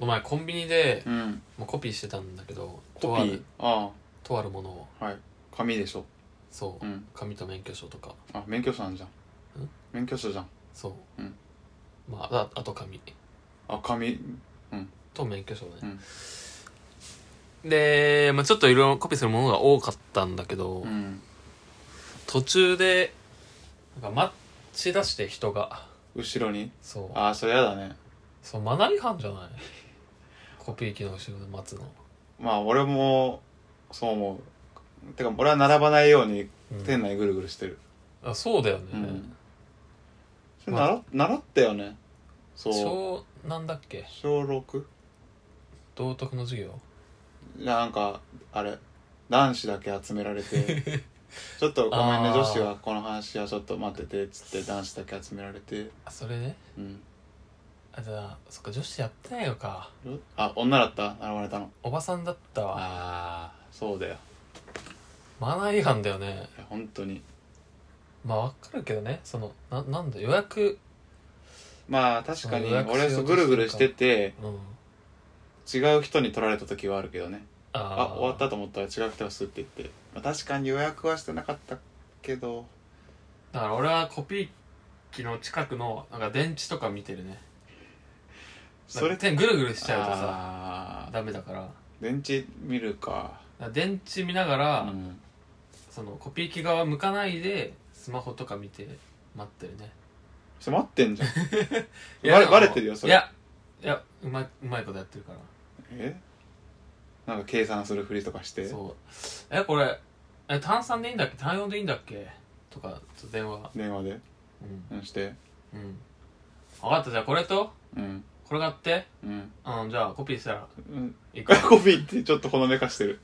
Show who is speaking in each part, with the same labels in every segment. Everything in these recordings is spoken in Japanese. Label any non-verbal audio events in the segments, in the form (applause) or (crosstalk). Speaker 1: の前コンビニで
Speaker 2: うん
Speaker 1: もうコピーしてたんだけど
Speaker 2: コ
Speaker 1: と
Speaker 2: ピ
Speaker 1: あ
Speaker 2: ー
Speaker 1: る
Speaker 2: あ
Speaker 1: とあるものを
Speaker 2: あはい紙でしょ
Speaker 1: そう、
Speaker 2: うん
Speaker 1: 紙と免許証とか
Speaker 2: あ免許証なんじゃん
Speaker 1: ん
Speaker 2: 免許証じゃん
Speaker 1: そう、
Speaker 2: うん
Speaker 1: まあああと紙
Speaker 2: あ紙
Speaker 1: と免許証ね、で、まあ、ちょっといろいろコピーするものが多かったんだけど、
Speaker 2: うん
Speaker 1: 途中でなんか待ち出して人が
Speaker 2: 後ろに
Speaker 1: そう
Speaker 2: ああそれやだね
Speaker 1: そうマナー違反じゃない (laughs) コピー機の後ろで待つの、
Speaker 2: まあ俺もそう思うてか俺は並ばないように
Speaker 1: うん
Speaker 2: 店内ぐるぐるしてる
Speaker 1: あそうだよね、
Speaker 2: うんそれ
Speaker 1: まあ
Speaker 2: 習,、習ったよねそう
Speaker 1: 小なんだっけ
Speaker 2: 小 6?
Speaker 1: 道徳の授業
Speaker 2: いやなんかあれ男子だけ集められてちょっとごめんね
Speaker 1: あー
Speaker 2: 女子はこの話はちょっと待っててっつって男子だけ集められて
Speaker 1: あそれね
Speaker 2: うん
Speaker 1: あじゃあそっか女子やってないのか
Speaker 2: あ女だった習われたの
Speaker 1: おばさんだったわ
Speaker 2: ああそうだよ
Speaker 1: マナー違反だよね
Speaker 2: いや本当に
Speaker 1: まあわかるけどねそのななんだ予約
Speaker 2: まあ確かに
Speaker 1: 予約しよ
Speaker 2: 俺
Speaker 1: うと
Speaker 2: そうぐるぐるしてて
Speaker 1: うん
Speaker 2: 違う人に取られた時はあるけどね
Speaker 1: あ
Speaker 2: あ
Speaker 1: ー
Speaker 2: 終わったと思ったら違う人がすって言って、まあ、確かに予約はしてなかったけど
Speaker 1: だから俺はコピー機の近くのなんか電池とか見てるね
Speaker 2: それ
Speaker 1: なんか手ぐるぐるしちゃうとさ
Speaker 2: あー
Speaker 1: ダメだからだか
Speaker 2: 電池見るから
Speaker 1: 電池見ながら、
Speaker 2: うん
Speaker 1: そのコピー機側向かないでスマホとか見て待ってるね
Speaker 2: それ待って
Speaker 1: (laughs)
Speaker 2: んじゃん
Speaker 1: いで
Speaker 2: バレ
Speaker 1: も
Speaker 2: バレてるよそれ
Speaker 1: いやいやうまいうまいことやってるから
Speaker 2: えなんか計算するふりとかして
Speaker 1: そうえこれえ単3でいいんだっけ単4でいいんだっけとかちょっと電話
Speaker 2: 電話で
Speaker 1: うん
Speaker 2: うんして
Speaker 1: うん分かったじゃあこれと
Speaker 2: うん
Speaker 1: これ買って
Speaker 2: うん、
Speaker 1: うんじゃあコピーしたら
Speaker 2: うん、
Speaker 1: いくわっ
Speaker 2: (laughs) コピーってちょっとほのめかしてる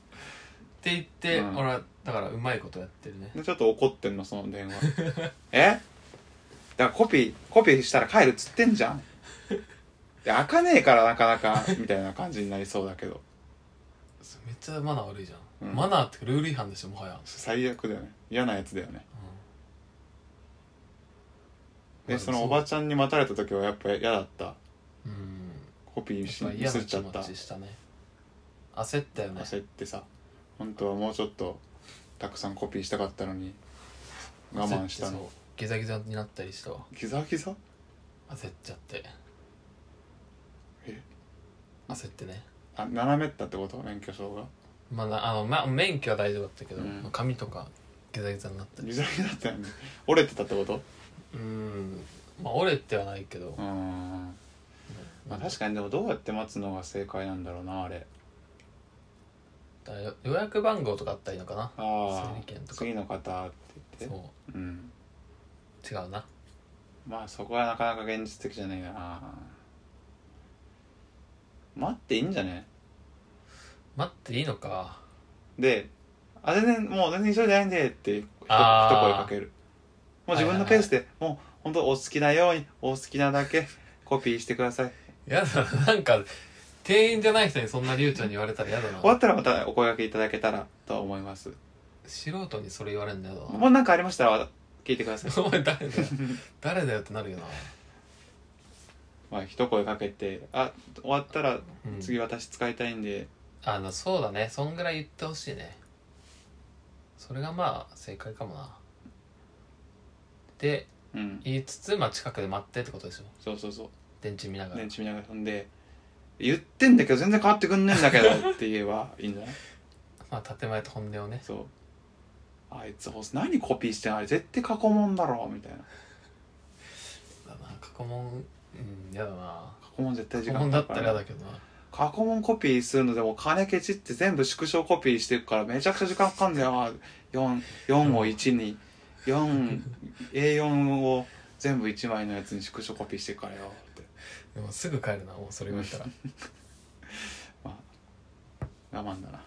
Speaker 1: て言って、
Speaker 2: うん
Speaker 1: 俺はだからうまいことやってるね
Speaker 2: でちょっと怒ってんのその電話 (laughs) えだからコピーコピーしたら帰るっつってんじゃんで開かねえからなかなかみたいな感じになりそうだけど
Speaker 1: めっちゃマナー悪いじゃん、
Speaker 2: うん
Speaker 1: マナーってルール違反でしょもはや、
Speaker 2: 最悪だよね嫌なやつだよね
Speaker 1: ま
Speaker 2: で
Speaker 1: あ
Speaker 2: そのおばちゃんに待たれた時はやっぱ嫌だった
Speaker 1: うんうん
Speaker 2: コピーし
Speaker 1: やっぱ
Speaker 2: ミ
Speaker 1: 嫌
Speaker 2: ス
Speaker 1: な
Speaker 2: っち
Speaker 1: 気
Speaker 2: ゃった
Speaker 1: 持ちしたね焦ったよね
Speaker 2: 焦ってさ本当はもうちょっとたくさんコピーしたかったのに我慢した
Speaker 1: 焦っ
Speaker 2: の
Speaker 1: てそうギザギザになったりしたわ
Speaker 2: ギザギザ
Speaker 1: 焦っちゃって
Speaker 2: え
Speaker 1: 焦ってね
Speaker 2: あ斜めったってこと免許証が
Speaker 1: まあなあの、ま、免許は大丈夫だったけど、
Speaker 2: うん
Speaker 1: 髪とかギザギザになったり
Speaker 2: ギザギザって何折れてたってこと
Speaker 1: うんまあ折れてはないけど、
Speaker 2: うーんまあ確
Speaker 1: か
Speaker 2: かにでもどうやって待つのが正解なんだろうなあれ
Speaker 1: 予約番号とかあったらいいのかな
Speaker 2: あ
Speaker 1: 整理券
Speaker 2: あ
Speaker 1: とか
Speaker 2: 次の方って言って
Speaker 1: そう
Speaker 2: うん
Speaker 1: う違うな
Speaker 2: まあそこはなかなか現実的じゃないかな待っていいんじゃね
Speaker 1: 待っていいのか
Speaker 2: であ全然もう全然急いでないんでってひと一声
Speaker 1: あー
Speaker 2: かけるもう自分のペースで、もう本当お好きなようにお好きなだけコピーしてください
Speaker 1: やだななんか店員じゃない人にそんな流暢に言われたらやだ
Speaker 2: 終わ
Speaker 1: な
Speaker 2: ったらまたお声掛けいただけたらと思います
Speaker 1: 素人にそれ言われるんだよ
Speaker 2: もう何かありましたら聞いてください
Speaker 1: な (laughs) お前誰だよ (laughs) 誰だよってなるよな、
Speaker 2: まあ一声かけてあ終わったら
Speaker 1: うん、
Speaker 2: 次私使いたいんで、
Speaker 1: あのそうだねそんぐらい言ってほしいねそれがまあ正解かもなで
Speaker 2: うん、
Speaker 1: 言いつつ、まあ、近くで待ってってことでしょ
Speaker 2: そうそうそう
Speaker 1: 電池見ながら、
Speaker 2: 電池見ながら飛んで言ってんだけど全然変わってくんねえん
Speaker 1: (laughs)
Speaker 2: だけどって言えばいいんじゃない
Speaker 1: まあ建前と本音をね
Speaker 2: そうあいつほ何コピーしてんのあれ絶対過去問だろみたいな
Speaker 1: だな過去問うんやだな
Speaker 2: 過去問絶対
Speaker 1: 過
Speaker 2: 時
Speaker 1: 去
Speaker 2: 間
Speaker 1: 問だ
Speaker 2: か
Speaker 1: っ
Speaker 2: か
Speaker 1: たら
Speaker 2: る
Speaker 1: 嫌だけどな
Speaker 2: 過去問コピーするのでも金ケチって全部縮小コピーしていくからめちゃくちゃ時間かかんだよ 4, 4を1に
Speaker 1: (laughs)
Speaker 2: 4A4 を全部1枚のやつに縮小コピーしていくからよって
Speaker 1: でもすぐ帰るなもうそれ言われたら
Speaker 2: 我慢だな